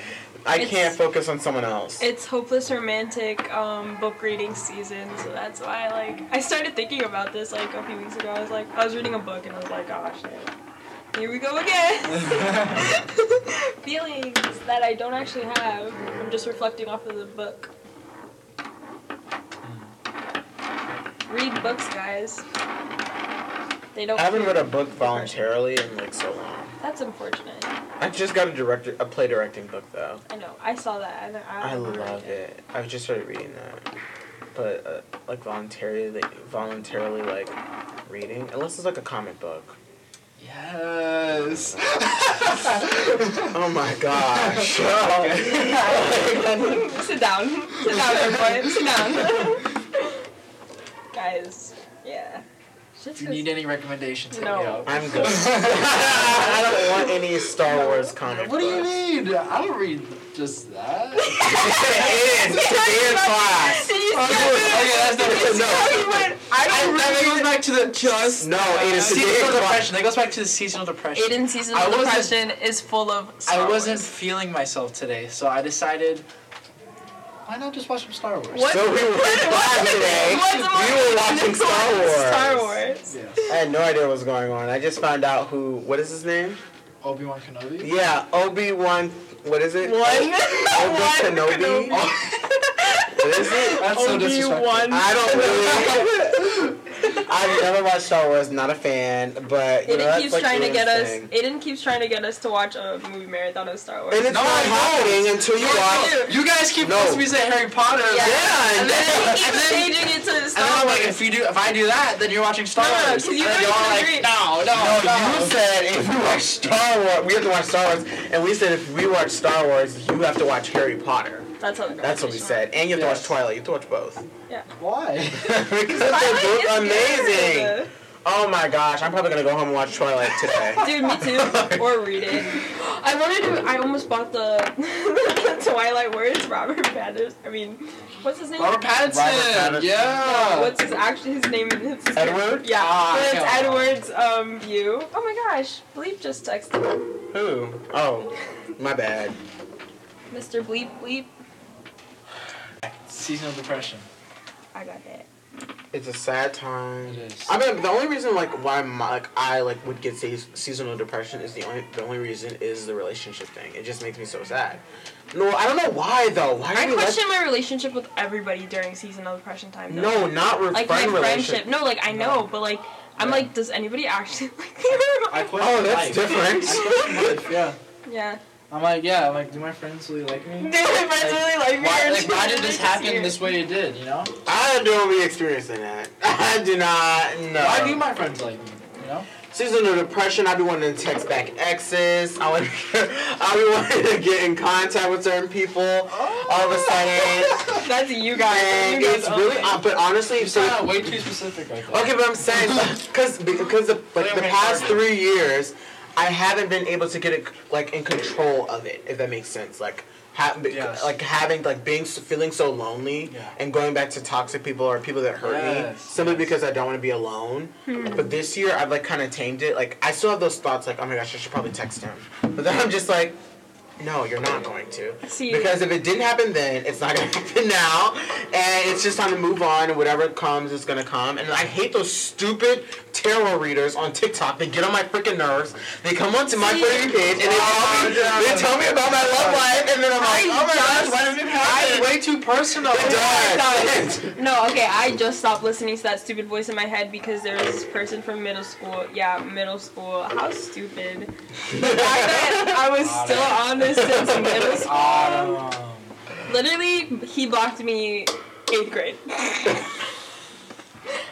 [SPEAKER 1] I
[SPEAKER 2] It's-
[SPEAKER 1] can't focus on someone else.
[SPEAKER 2] it's hopeless romantic um, book reading season, so that's why like I started thinking about this like a few weeks ago. I was like, I was reading a book and I was like, oh shit, here we go again. Feelings that I don't actually have. I'm just reflecting off of the book. Read books, guys. They don't.
[SPEAKER 1] I haven't read a book
[SPEAKER 2] Different.
[SPEAKER 1] voluntarily in like so long.
[SPEAKER 2] That's unfortunate.
[SPEAKER 1] I just got a director, a play directing book though.
[SPEAKER 2] I know. I saw that. And I,
[SPEAKER 1] I
[SPEAKER 2] don't remember
[SPEAKER 1] love it. I've just started reading that, but uh, like voluntarily, voluntarily like reading unless it's like a comic book.
[SPEAKER 3] Yeah, Yes.
[SPEAKER 1] Oh my gosh.
[SPEAKER 2] Sit down. Sit down, everybody. Sit down. Guys, yeah. Shit's
[SPEAKER 3] If you need any recommendations, hit me
[SPEAKER 2] No.
[SPEAKER 3] up.
[SPEAKER 1] I'm good. I don't want any Star Wars comic
[SPEAKER 3] What do you
[SPEAKER 1] books.
[SPEAKER 3] mean? I don't read just that.
[SPEAKER 1] it is. It's in class.
[SPEAKER 2] Did you see
[SPEAKER 3] Okay,
[SPEAKER 2] how
[SPEAKER 3] okay, that's
[SPEAKER 2] he- did you
[SPEAKER 3] not
[SPEAKER 2] see how
[SPEAKER 1] no.
[SPEAKER 2] he went? I don't
[SPEAKER 3] That
[SPEAKER 2] really
[SPEAKER 3] goes back to the just
[SPEAKER 1] No, it is today in
[SPEAKER 3] seasonal
[SPEAKER 1] class.
[SPEAKER 3] depression. That goes back to the seasonal depression.
[SPEAKER 2] Aiden's seasonal
[SPEAKER 3] I wasn't-
[SPEAKER 2] depression is full of Star
[SPEAKER 3] I wasn't
[SPEAKER 2] Wars.
[SPEAKER 3] feeling myself today, so I decided, why not just watch some Star Wars?
[SPEAKER 2] What?
[SPEAKER 1] So we were in class today.
[SPEAKER 2] What's
[SPEAKER 1] We
[SPEAKER 2] more
[SPEAKER 1] were watching Star Wars.
[SPEAKER 2] Star Wars.
[SPEAKER 3] Yes.
[SPEAKER 1] I had no idea what was going on. I just found out who. What is his name?
[SPEAKER 3] Obi Wan Kenobi.
[SPEAKER 1] Yeah, Obi Wan. What is it?
[SPEAKER 2] One.
[SPEAKER 1] Obi
[SPEAKER 2] One
[SPEAKER 1] Kenobi. What is it?
[SPEAKER 3] That's so disrespectful.
[SPEAKER 2] Obi-Wan.
[SPEAKER 1] I don't really. I've never watched Star Wars. Not a fan. But you know,
[SPEAKER 2] Aiden
[SPEAKER 1] that's
[SPEAKER 2] keeps
[SPEAKER 1] like
[SPEAKER 2] trying to
[SPEAKER 1] Ian's
[SPEAKER 2] get us.
[SPEAKER 1] thing.
[SPEAKER 2] Aiden keeps trying to get us to watch a movie marathon of Star Wars.
[SPEAKER 1] And it's
[SPEAKER 3] No,
[SPEAKER 1] not
[SPEAKER 3] I don't.
[SPEAKER 1] happening until you watch.
[SPEAKER 2] do.
[SPEAKER 3] You guys keep
[SPEAKER 1] No.
[SPEAKER 3] supposed to be saying Harry Potter.
[SPEAKER 2] Yeah.
[SPEAKER 1] Yeah,
[SPEAKER 3] And
[SPEAKER 1] and
[SPEAKER 3] then,
[SPEAKER 2] He
[SPEAKER 3] and
[SPEAKER 2] keeps
[SPEAKER 3] then, and
[SPEAKER 2] changing it to
[SPEAKER 3] then
[SPEAKER 2] Star
[SPEAKER 3] I'm like,
[SPEAKER 2] Wars.
[SPEAKER 3] if you do, if I do that, then you're watching Star
[SPEAKER 2] No, no,
[SPEAKER 3] Wars.
[SPEAKER 2] 'cause you
[SPEAKER 3] and
[SPEAKER 2] literally
[SPEAKER 3] then you're all like,
[SPEAKER 2] agree.
[SPEAKER 3] no, no,
[SPEAKER 1] No,
[SPEAKER 3] no.
[SPEAKER 1] you said if we watch Star Wars, we have to watch Star Wars, and we said if we watch Star Wars, you have to watch Harry Potter.
[SPEAKER 2] That's how the
[SPEAKER 1] That's what we
[SPEAKER 2] conversation
[SPEAKER 1] said, and you have to watch
[SPEAKER 3] Yes.
[SPEAKER 1] Twilight. You have to watch both
[SPEAKER 3] Why?
[SPEAKER 1] because
[SPEAKER 2] went.
[SPEAKER 1] they're both
[SPEAKER 2] Twilight is
[SPEAKER 1] amazing.
[SPEAKER 2] good.
[SPEAKER 1] Oh my gosh, I'm probably gonna go home and watch Twilight today.
[SPEAKER 2] Dude, me too. or read it. I wanted to. I almost bought the Twilight Words. Robert Patterson. I mean, what's his name?
[SPEAKER 3] Robert Pattinson.
[SPEAKER 1] Robert Pattinson.
[SPEAKER 3] Yeah.
[SPEAKER 2] What's his actually his name? in his
[SPEAKER 1] Edward?
[SPEAKER 2] Yeah.
[SPEAKER 3] Ah,
[SPEAKER 2] but it's
[SPEAKER 3] yeah.
[SPEAKER 2] Edward's um view. Oh my gosh, Bleep just texted him.
[SPEAKER 1] Who? Oh, my bad.
[SPEAKER 2] Mr. Bleep Bleep.
[SPEAKER 3] seasonal depression?
[SPEAKER 2] I got hit.
[SPEAKER 1] It's a sad time.
[SPEAKER 3] It is.
[SPEAKER 1] I mean, the only reason like why my, like I like would get seas- seasonal depression is the only the only reason is the relationship thing. It just makes me so sad. No, I don't know why though. Why do
[SPEAKER 2] I
[SPEAKER 1] we let
[SPEAKER 2] question my relationship with everybody during seasonal depression time. though.
[SPEAKER 1] No, not re-
[SPEAKER 2] like
[SPEAKER 1] friend
[SPEAKER 2] my
[SPEAKER 1] relationship.
[SPEAKER 2] friendship. No, like I know, but like I'm
[SPEAKER 3] Yeah.
[SPEAKER 2] like, does anybody actually like?
[SPEAKER 3] I quit.
[SPEAKER 1] Oh, that's
[SPEAKER 3] life.
[SPEAKER 1] different.
[SPEAKER 3] yeah.
[SPEAKER 2] yeah.
[SPEAKER 3] I'm like, yeah. I'm like, do my friends really like me?
[SPEAKER 2] Dude, my friends really like me.
[SPEAKER 3] Why,
[SPEAKER 2] and
[SPEAKER 3] like,
[SPEAKER 2] she
[SPEAKER 3] why did
[SPEAKER 2] really
[SPEAKER 3] this
[SPEAKER 2] just
[SPEAKER 3] happen
[SPEAKER 2] here.
[SPEAKER 3] this way it did, you know?
[SPEAKER 1] I don't be experiencing that. I do not know.
[SPEAKER 3] Why do my friends like me, you know?
[SPEAKER 1] Seasonal depression. I be wanting to text back exes. I would. I be wanting to get in contact with certain people. All of a sudden,
[SPEAKER 2] That's you guys.
[SPEAKER 1] and
[SPEAKER 2] Oh. you guys
[SPEAKER 1] it's really.
[SPEAKER 2] own it.
[SPEAKER 1] Uh, but honestly,
[SPEAKER 3] You
[SPEAKER 1] so,
[SPEAKER 3] sound way too specific right there.
[SPEAKER 1] okay. But I'm saying because because the, like, the past three years, I haven't been able to get it like in control of it. If that makes sense, like. Ha- be-
[SPEAKER 3] Yes.
[SPEAKER 1] Like having like being s- feeling so lonely
[SPEAKER 3] Yeah.
[SPEAKER 1] and going back to toxic people or people that hurt me
[SPEAKER 3] Yes,
[SPEAKER 1] simply
[SPEAKER 3] yes.
[SPEAKER 1] because I don't want to be alone. But this year, I've like kind of tamed it. Like I still have those thoughts, like oh my gosh, I should probably text him. But then I'm just like, no, you're not going to,
[SPEAKER 2] See-
[SPEAKER 1] because if it didn't happen then, it's not gonna happen now, and it's just time to move on. And whatever comes, is gonna come. And I hate those stupid tarot readers on TikTok. They get on my freaking nerves. They come onto my
[SPEAKER 2] See- Oh,
[SPEAKER 1] freaking page and they tell me, they tell me about my love life, and then I'm like, oh my gosh, why did it
[SPEAKER 3] It's
[SPEAKER 1] happen?
[SPEAKER 3] way too personal.
[SPEAKER 1] It does.
[SPEAKER 2] No, okay, I just stopped listening to that stupid voice in my head because there was this person from middle school. Yeah, middle school. How stupid. The fact that I was still on this since middle school.
[SPEAKER 3] Um,
[SPEAKER 2] Literally, he blocked me eighth grade.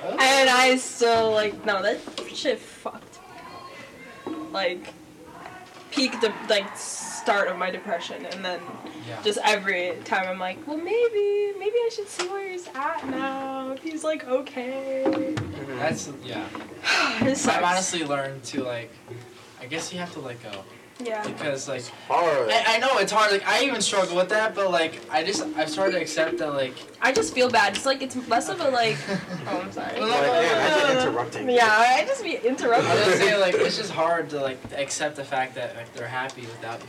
[SPEAKER 2] and I still, like, no, that shit fucked. Like, peak, the, like, start of my depression, and then
[SPEAKER 3] yeah.
[SPEAKER 2] just every time I'm like, well, maybe, maybe I should see where he's at now. If he's like okay.
[SPEAKER 3] That's, yeah.
[SPEAKER 2] It
[SPEAKER 3] I've
[SPEAKER 2] sucks.
[SPEAKER 3] honestly learned to, like, I guess you have to let go.
[SPEAKER 2] yeah.
[SPEAKER 3] Because, like,
[SPEAKER 1] Hard.
[SPEAKER 3] I, I know it's hard. Like, I even struggle with that, but, like, I just, I've started to accept that, like,
[SPEAKER 2] I just feel bad. It's like it's less of a like. Oh, I'm sorry.
[SPEAKER 3] Well,
[SPEAKER 1] Like, man, I've been interrupting.
[SPEAKER 2] Yeah, I just be
[SPEAKER 3] I was gonna
[SPEAKER 2] interrupted.
[SPEAKER 3] say, like, it's just hard to, like, accept the fact that, like, they're happy without you.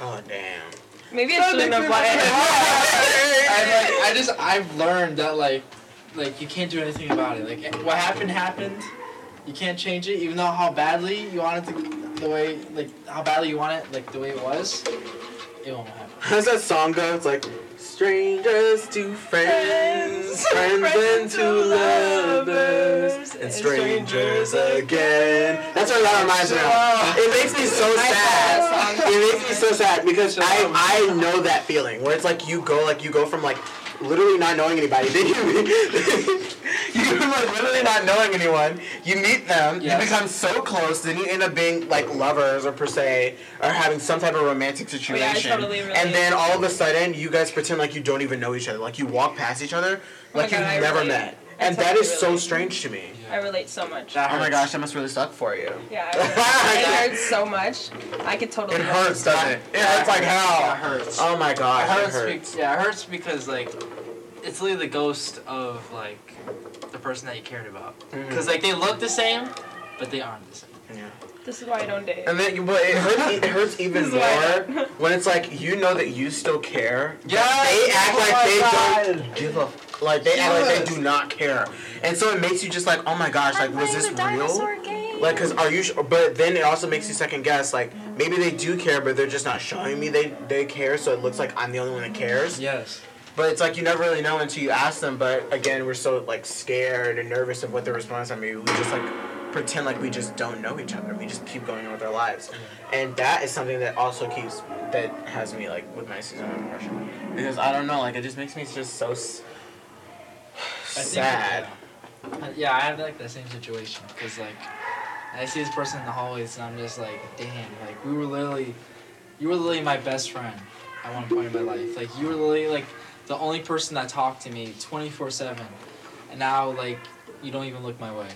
[SPEAKER 1] Oh damn.
[SPEAKER 2] Maybe I shouldn't have bought it.
[SPEAKER 3] I, like, I just I've learned that like like you can't do anything about it. Like eh, what happened happened. You can't change it, even though how badly you want it to, the way like how badly you want it like the way it was. It won't happen.
[SPEAKER 1] How's that song go? It's like strangers to friends,
[SPEAKER 2] Friends,
[SPEAKER 1] friends and
[SPEAKER 2] friends
[SPEAKER 1] to
[SPEAKER 2] to
[SPEAKER 1] lovers,
[SPEAKER 2] lovers,
[SPEAKER 1] and
[SPEAKER 2] and
[SPEAKER 1] strangers
[SPEAKER 2] strangers
[SPEAKER 1] again. That's what that reminds me of. It makes me so
[SPEAKER 2] that
[SPEAKER 1] sad.
[SPEAKER 2] song.
[SPEAKER 1] It makes me so sad because I I know that feeling where it's like you go like you go from like literally not knowing anybody. Then you you go from like literally not knowing anyone. You meet them.
[SPEAKER 3] Yes.
[SPEAKER 1] You become so close. Then you end up being like lovers or per se or having some type of romantic situation
[SPEAKER 2] Oh, Yeah, I
[SPEAKER 1] situation.
[SPEAKER 2] totally relate.
[SPEAKER 1] And then all of a sudden, you guys pretend like you don't even know each other. Like you walk past each other,
[SPEAKER 2] Oh my
[SPEAKER 1] like
[SPEAKER 2] God,
[SPEAKER 1] you've
[SPEAKER 2] I
[SPEAKER 1] never
[SPEAKER 2] relate.
[SPEAKER 1] met.
[SPEAKER 2] I
[SPEAKER 1] And
[SPEAKER 2] totally
[SPEAKER 1] that is so
[SPEAKER 2] relate.
[SPEAKER 1] strange to me.
[SPEAKER 2] I relate so much.
[SPEAKER 3] That
[SPEAKER 1] Oh my
[SPEAKER 3] hurts.
[SPEAKER 1] gosh, that must really suck for you.
[SPEAKER 2] Yeah, I relate. it hurts so much. I could totally.
[SPEAKER 1] It
[SPEAKER 2] relate.
[SPEAKER 1] hurts, doesn't it? It hurts like
[SPEAKER 3] That
[SPEAKER 1] hell.
[SPEAKER 3] hurts.
[SPEAKER 1] Oh my
[SPEAKER 3] It
[SPEAKER 1] gosh, it
[SPEAKER 3] hurts,
[SPEAKER 1] hurts.
[SPEAKER 3] Be- yeah, it hurts because like it's literally the ghost of like the person that you cared about.
[SPEAKER 1] Mm-hmm.
[SPEAKER 3] Because like they look the same, but they aren't the same.
[SPEAKER 2] This is why I don't date.
[SPEAKER 1] And then, but it hurts. It hurts even
[SPEAKER 2] This is why-
[SPEAKER 1] more when it's like you know that you still care.
[SPEAKER 3] Yeah,
[SPEAKER 1] They act
[SPEAKER 2] oh
[SPEAKER 1] like they
[SPEAKER 3] don't.
[SPEAKER 1] don't give a f- like they act like they do not care, and so it makes you just like, oh my gosh, like was this real?
[SPEAKER 2] game.
[SPEAKER 1] Like, cause are you? Sh- but then it also makes you second guess. Like, maybe they do care, but they're just not showing me they they care. So it looks like I'm the only one that cares.
[SPEAKER 3] Yes.
[SPEAKER 1] But it's like you never really know until you ask them. But again, we're so like scared and nervous of what their response might be. We just like pretend like we just don't know each other. We just keep going on with our lives, and that is something that also keeps that has me like with my season of depression because I don't know. Like, it just makes me just so s- sad.
[SPEAKER 3] Uh, Yeah, I have like that same situation because like I see this person in the hallways and I'm just like, damn, like we were literally, you were literally my best friend at one point in my life. Like you were literally like the only person that talked to me 24 seven, and now like you don't even look my way.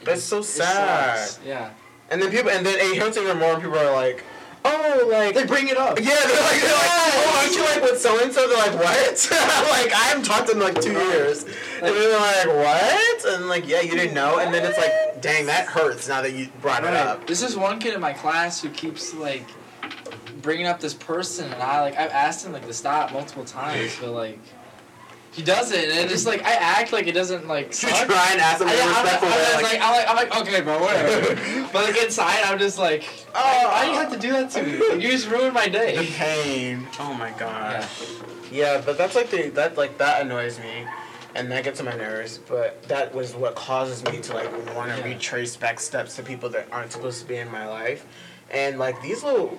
[SPEAKER 3] It
[SPEAKER 1] That's
[SPEAKER 3] just-
[SPEAKER 1] so
[SPEAKER 3] it
[SPEAKER 1] sad.
[SPEAKER 3] sucks. Yeah.
[SPEAKER 1] And then people, and then it hurts even more when people are like, oh, like
[SPEAKER 3] bring it up.
[SPEAKER 1] Yeah, they're like, they're like, oh, aren't you like with so and so? They're like, what? like, I haven't talked to them in like two
[SPEAKER 3] Uh-huh.
[SPEAKER 1] years. And then they're like, what? And like, yeah, you didn't know. And then it's like, dang, that hurts now that you brought it up.
[SPEAKER 3] This is one kid in my class who keeps like bringing up this person, and I like I've asked him like to stop multiple times, but like he doesn't, and it's just like I act like it doesn't like.
[SPEAKER 1] You
[SPEAKER 3] Suck.
[SPEAKER 1] try and ask them
[SPEAKER 3] I,
[SPEAKER 1] in a
[SPEAKER 3] am
[SPEAKER 1] respectful way.
[SPEAKER 3] like,
[SPEAKER 1] Like,
[SPEAKER 3] I'm like, I'm like, okay, bro, whatever. but like inside, I'm just like, oh, why do you have to do that to me? Like, you just ruined my
[SPEAKER 1] the
[SPEAKER 3] day.
[SPEAKER 1] pain. Oh my
[SPEAKER 3] Yeah.
[SPEAKER 1] gosh. Yeah, but that's like the that like that annoys me, and that gets on my nerves. But that was what causes me to like want to
[SPEAKER 3] Yeah.
[SPEAKER 1] retrace back steps to people that aren't supposed to be in my life, and like these little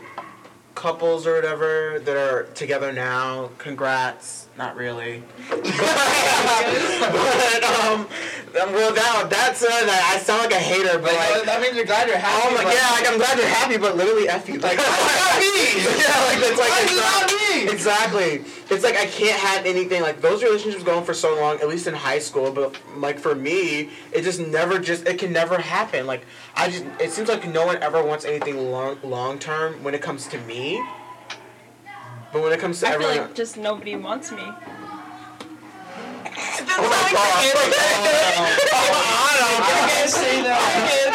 [SPEAKER 1] couples or whatever that are together now. Congrats. Not really. but um, well, now that's uh, that I sound like a hater, but
[SPEAKER 3] Like,
[SPEAKER 1] like.
[SPEAKER 3] uh, that means you're glad you're happy.
[SPEAKER 1] Oh my
[SPEAKER 3] but-
[SPEAKER 1] yeah, like I'm glad you're happy, but literally F you. Like, me! Yeah, like that's like
[SPEAKER 3] Why is it
[SPEAKER 1] exact-
[SPEAKER 3] not me?
[SPEAKER 1] Exactly. It's like I can't have anything like those relationships go on for so long, at least in high school. But like for me, it just never just it can never happen. Like I just it seems like no one ever wants anything long long term when it comes to me. But when it comes to
[SPEAKER 2] I feel
[SPEAKER 1] everyone,
[SPEAKER 2] like just nobody wants me.
[SPEAKER 1] oh my god! Oh,
[SPEAKER 3] I can't say that.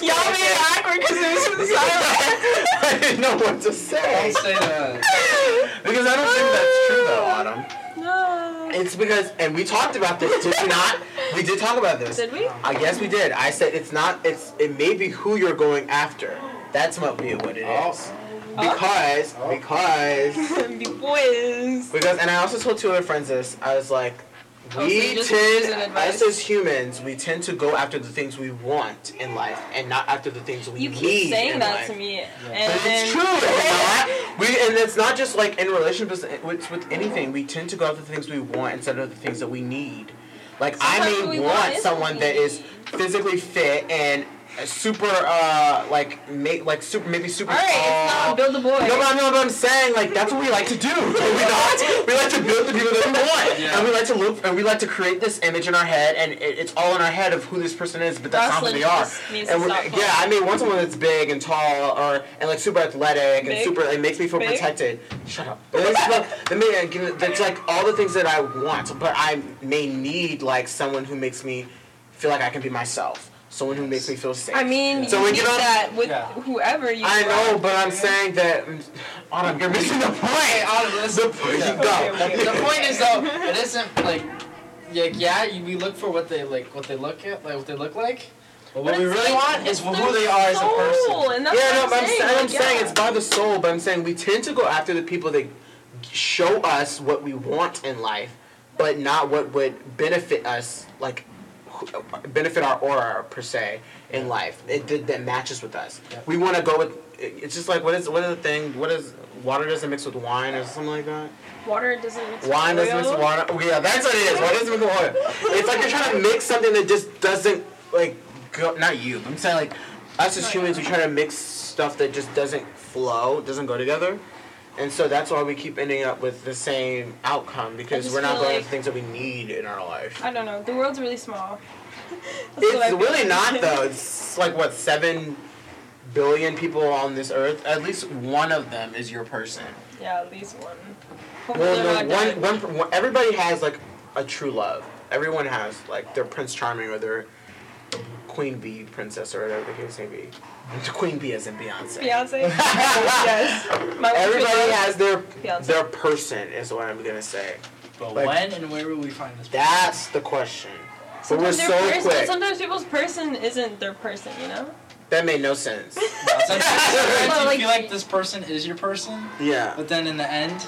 [SPEAKER 2] Y'all made it awkward because it was
[SPEAKER 1] I didn't know what to
[SPEAKER 3] I
[SPEAKER 1] say
[SPEAKER 3] can't say that.
[SPEAKER 1] because I don't think that's true though, Autumn.
[SPEAKER 2] No.
[SPEAKER 1] It's because, and we talked about this, did we not? We did talk about this.
[SPEAKER 2] Did we?
[SPEAKER 1] I guess we did. I said it's not. It's it may be who you're going after. That's what be what it
[SPEAKER 3] Oh.
[SPEAKER 1] is. Because because
[SPEAKER 2] Be boys.
[SPEAKER 1] because, and I also told two other friends this. I was like,
[SPEAKER 2] Oh, so you
[SPEAKER 1] we
[SPEAKER 2] just using
[SPEAKER 1] tend us
[SPEAKER 2] advice?
[SPEAKER 1] as humans, we tend to go after the things we want in life, and not after the things we
[SPEAKER 2] You
[SPEAKER 1] need.
[SPEAKER 2] keep saying
[SPEAKER 1] in
[SPEAKER 2] that
[SPEAKER 1] life.
[SPEAKER 2] to me,
[SPEAKER 1] But
[SPEAKER 2] and
[SPEAKER 1] it's true. It's not. We and it's not just like in relationships. With, with anything, we tend to go after the things we want instead of the things that we need. Like I
[SPEAKER 2] Sometimes
[SPEAKER 1] may
[SPEAKER 2] we
[SPEAKER 1] want,
[SPEAKER 2] want is what
[SPEAKER 1] someone
[SPEAKER 2] we
[SPEAKER 1] that is
[SPEAKER 2] need.
[SPEAKER 1] physically fit and super, uh, like ma- like super maybe super
[SPEAKER 2] All right, it's
[SPEAKER 1] tall.
[SPEAKER 2] not build a boy.
[SPEAKER 1] No, but I Oh. know what I'm saying. Like that's what we like to do. Do we not? We like to build the people that we want,
[SPEAKER 3] Yeah.
[SPEAKER 1] and we like to look, and we like to create this image in our head, and it, it's all in our head of who this person is, but that's
[SPEAKER 2] Jocelyn
[SPEAKER 1] not
[SPEAKER 2] just
[SPEAKER 1] who they
[SPEAKER 2] needs
[SPEAKER 1] are. And
[SPEAKER 2] to
[SPEAKER 1] we're-
[SPEAKER 2] stop
[SPEAKER 1] yeah, I mean, want someone that's big and tall, or and like super athletic and
[SPEAKER 2] Big?
[SPEAKER 1] super. It makes me feel
[SPEAKER 2] Big?
[SPEAKER 1] protected. Shut up. It makes me feel- the man- give it- That's like all the things that I want, but I may need like someone who makes me feel like I can be myself. Someone who makes me feel safe.
[SPEAKER 2] I mean,
[SPEAKER 1] So
[SPEAKER 2] you
[SPEAKER 1] when
[SPEAKER 2] need
[SPEAKER 1] you don't-
[SPEAKER 2] that with
[SPEAKER 3] Yeah.
[SPEAKER 2] whoever you.
[SPEAKER 1] I know,
[SPEAKER 2] are
[SPEAKER 1] but I'm
[SPEAKER 2] with.
[SPEAKER 1] saying that. Autumn, you're missing the
[SPEAKER 3] Hey,
[SPEAKER 1] point.
[SPEAKER 3] Autumn, listen.
[SPEAKER 1] The point you
[SPEAKER 2] Okay,
[SPEAKER 1] go.
[SPEAKER 2] okay.
[SPEAKER 3] the point is though, it isn't like, like yeah, you, we look for what they like, what they look at, like what they look like, But what we
[SPEAKER 2] it's
[SPEAKER 3] really
[SPEAKER 2] like
[SPEAKER 3] want is who
[SPEAKER 2] their
[SPEAKER 3] they are as a
[SPEAKER 2] soul,
[SPEAKER 3] person.
[SPEAKER 2] And that's
[SPEAKER 1] yeah, no,
[SPEAKER 2] what
[SPEAKER 1] but
[SPEAKER 2] I'm
[SPEAKER 1] I'm,
[SPEAKER 2] saying.
[SPEAKER 1] saying, I'm
[SPEAKER 2] like,
[SPEAKER 1] saying
[SPEAKER 2] yeah.
[SPEAKER 1] it's by the soul, but I'm saying we tend to go after the people that show us what we want in life, but not what would benefit us, like wh- benefit our aura per se in life. It that, that matches with us.
[SPEAKER 3] Yeah.
[SPEAKER 1] We want to go with. it- It's just like what is what is the thing? What is water doesn't mix with wine or something like that?
[SPEAKER 2] water doesn't mix
[SPEAKER 1] Wine
[SPEAKER 2] with
[SPEAKER 1] doesn't mix
[SPEAKER 2] oil.
[SPEAKER 1] with water. Oh, yeah, that's what it is. Wine doesn't mix with water. It's like you're trying to mix something that just doesn't like go. Not you. But I'm saying like us as humans, we try to mix stuff that just doesn't flow, doesn't go together, and so that's why we keep ending up with the same outcome because
[SPEAKER 2] just
[SPEAKER 1] we're not
[SPEAKER 2] feel
[SPEAKER 1] going
[SPEAKER 2] like-
[SPEAKER 1] after things that we need in our life.
[SPEAKER 2] I don't know. The world's really small. That's what I
[SPEAKER 1] It's
[SPEAKER 2] feel.
[SPEAKER 1] really not though. It's like what seven billion people on this earth. At least one of them is your person.
[SPEAKER 2] Yeah, at least one. Hopefully
[SPEAKER 1] Well,
[SPEAKER 2] they're
[SPEAKER 1] no,
[SPEAKER 2] not
[SPEAKER 1] one,
[SPEAKER 2] dead.
[SPEAKER 1] one, one, everybody has like a true love. Everyone has like their Prince Charming or their Queen Bee princess or whatever the case may be. Queen Bee as in Beyonce.
[SPEAKER 2] Beyonce. yes. My
[SPEAKER 1] Everybody has their
[SPEAKER 2] Beyonce.
[SPEAKER 1] their person is what I'm gonna say.
[SPEAKER 3] But
[SPEAKER 1] Like-
[SPEAKER 3] when and where will we find this?
[SPEAKER 1] That's the question. But we're
[SPEAKER 2] Sometimes
[SPEAKER 1] so
[SPEAKER 2] their person,
[SPEAKER 1] quick.
[SPEAKER 2] Sometimes people's person isn't their person, you know.
[SPEAKER 1] That made no sense.
[SPEAKER 3] person? Sometimes
[SPEAKER 2] Well,
[SPEAKER 3] you
[SPEAKER 2] like-
[SPEAKER 3] feel like this person is your person,
[SPEAKER 1] yeah.
[SPEAKER 3] but then in the end,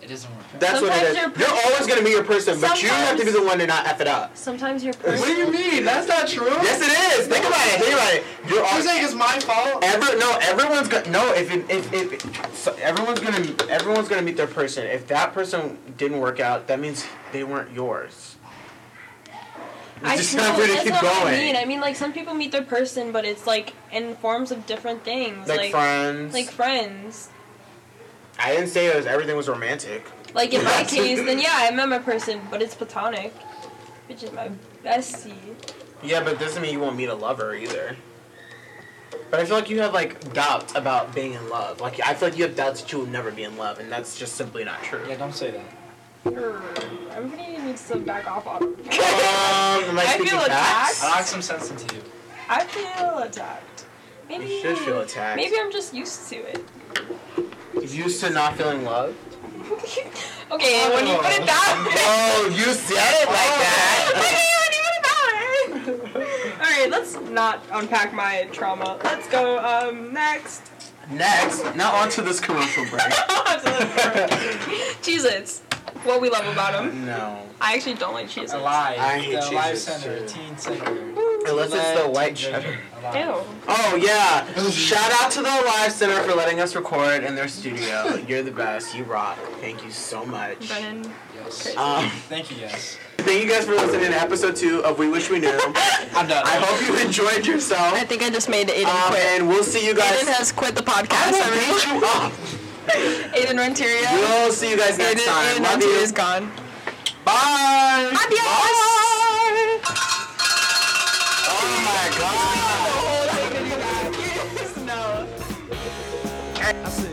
[SPEAKER 3] it doesn't work out.
[SPEAKER 1] That's what it
[SPEAKER 2] Sometimes
[SPEAKER 1] is.
[SPEAKER 2] your
[SPEAKER 1] You're
[SPEAKER 2] person-
[SPEAKER 1] always gonna be your person, but you have to be the one to not f it up.
[SPEAKER 2] Sometimes your person.
[SPEAKER 3] you mean? That's not true.
[SPEAKER 1] Yes, it is. Think about it. Think about it. You're
[SPEAKER 3] You're
[SPEAKER 1] always
[SPEAKER 3] saying it's my fault?
[SPEAKER 1] Ever no, everyone's gonna no. If it, if if so everyone's gonna everyone's gonna meet their person. If that person didn't work out, that means they weren't yours. It's
[SPEAKER 2] I
[SPEAKER 1] just
[SPEAKER 2] no,
[SPEAKER 1] not really
[SPEAKER 2] that's
[SPEAKER 1] keep
[SPEAKER 2] not what I
[SPEAKER 1] going.
[SPEAKER 2] mean. I mean, like some people meet their person, but it's like in forms of different things,
[SPEAKER 1] like,
[SPEAKER 2] like
[SPEAKER 1] friends.
[SPEAKER 2] like friends.
[SPEAKER 1] I didn't say it was everything was romantic.
[SPEAKER 2] Like in my case, then yeah, I met my person, but it's platonic, which is my bestie.
[SPEAKER 1] Yeah, but it doesn't mean you won't meet a lover either. But I feel like you have like doubts about being in love. Like I feel like you have doubts that you will never be in love, and that's just simply not true.
[SPEAKER 3] Yeah, don't say that.
[SPEAKER 2] Err, Everybody needs to back off on.
[SPEAKER 1] Um, am I,
[SPEAKER 2] I
[SPEAKER 1] speaking
[SPEAKER 2] feel
[SPEAKER 1] facts?
[SPEAKER 2] attacked.
[SPEAKER 3] I'll add some sense into you.
[SPEAKER 2] I feel attacked. Maybe
[SPEAKER 1] You should feel attacked.
[SPEAKER 2] Maybe I'm just used to it.
[SPEAKER 1] Used to not feeling love.
[SPEAKER 2] okay, when you put it that way.
[SPEAKER 1] Oh, you said it like that.
[SPEAKER 2] I didn't even know it. Alright, let's not unpack my trauma. Let's go um next.
[SPEAKER 1] Next, now on to this commercial break.
[SPEAKER 2] cheez Its. What we love about them.
[SPEAKER 1] no.
[SPEAKER 2] I actually don't like Cheez Its.
[SPEAKER 3] Alive.
[SPEAKER 1] I hate
[SPEAKER 3] the Alive
[SPEAKER 1] Jesus,
[SPEAKER 3] Center,
[SPEAKER 1] too.
[SPEAKER 3] Teen Center.
[SPEAKER 1] Unless it's the white cheddar.
[SPEAKER 3] cheddar.
[SPEAKER 2] Ew.
[SPEAKER 1] Oh yeah! Shout out to the Alive Center for letting us record in their studio. You're the best. You rock. Thank you so much.
[SPEAKER 2] Brennan.
[SPEAKER 3] Yes.
[SPEAKER 2] Crazy.
[SPEAKER 1] Um,
[SPEAKER 3] Thank you guys.
[SPEAKER 1] thank you guys for listening to episode two of We Wish We Knew.
[SPEAKER 3] I'm done.
[SPEAKER 1] I hope you enjoyed yourself.
[SPEAKER 2] think I just made Aiden
[SPEAKER 1] Um, and we'll see you guys.
[SPEAKER 2] has quit the
[SPEAKER 1] I
[SPEAKER 2] podcast.
[SPEAKER 1] will beat you up.
[SPEAKER 2] Aiden Renteria.
[SPEAKER 1] We'll see you guys next time. Love you.
[SPEAKER 2] gone.
[SPEAKER 1] Bye.
[SPEAKER 2] Adios.
[SPEAKER 1] Oh my god.
[SPEAKER 2] No.
[SPEAKER 1] I said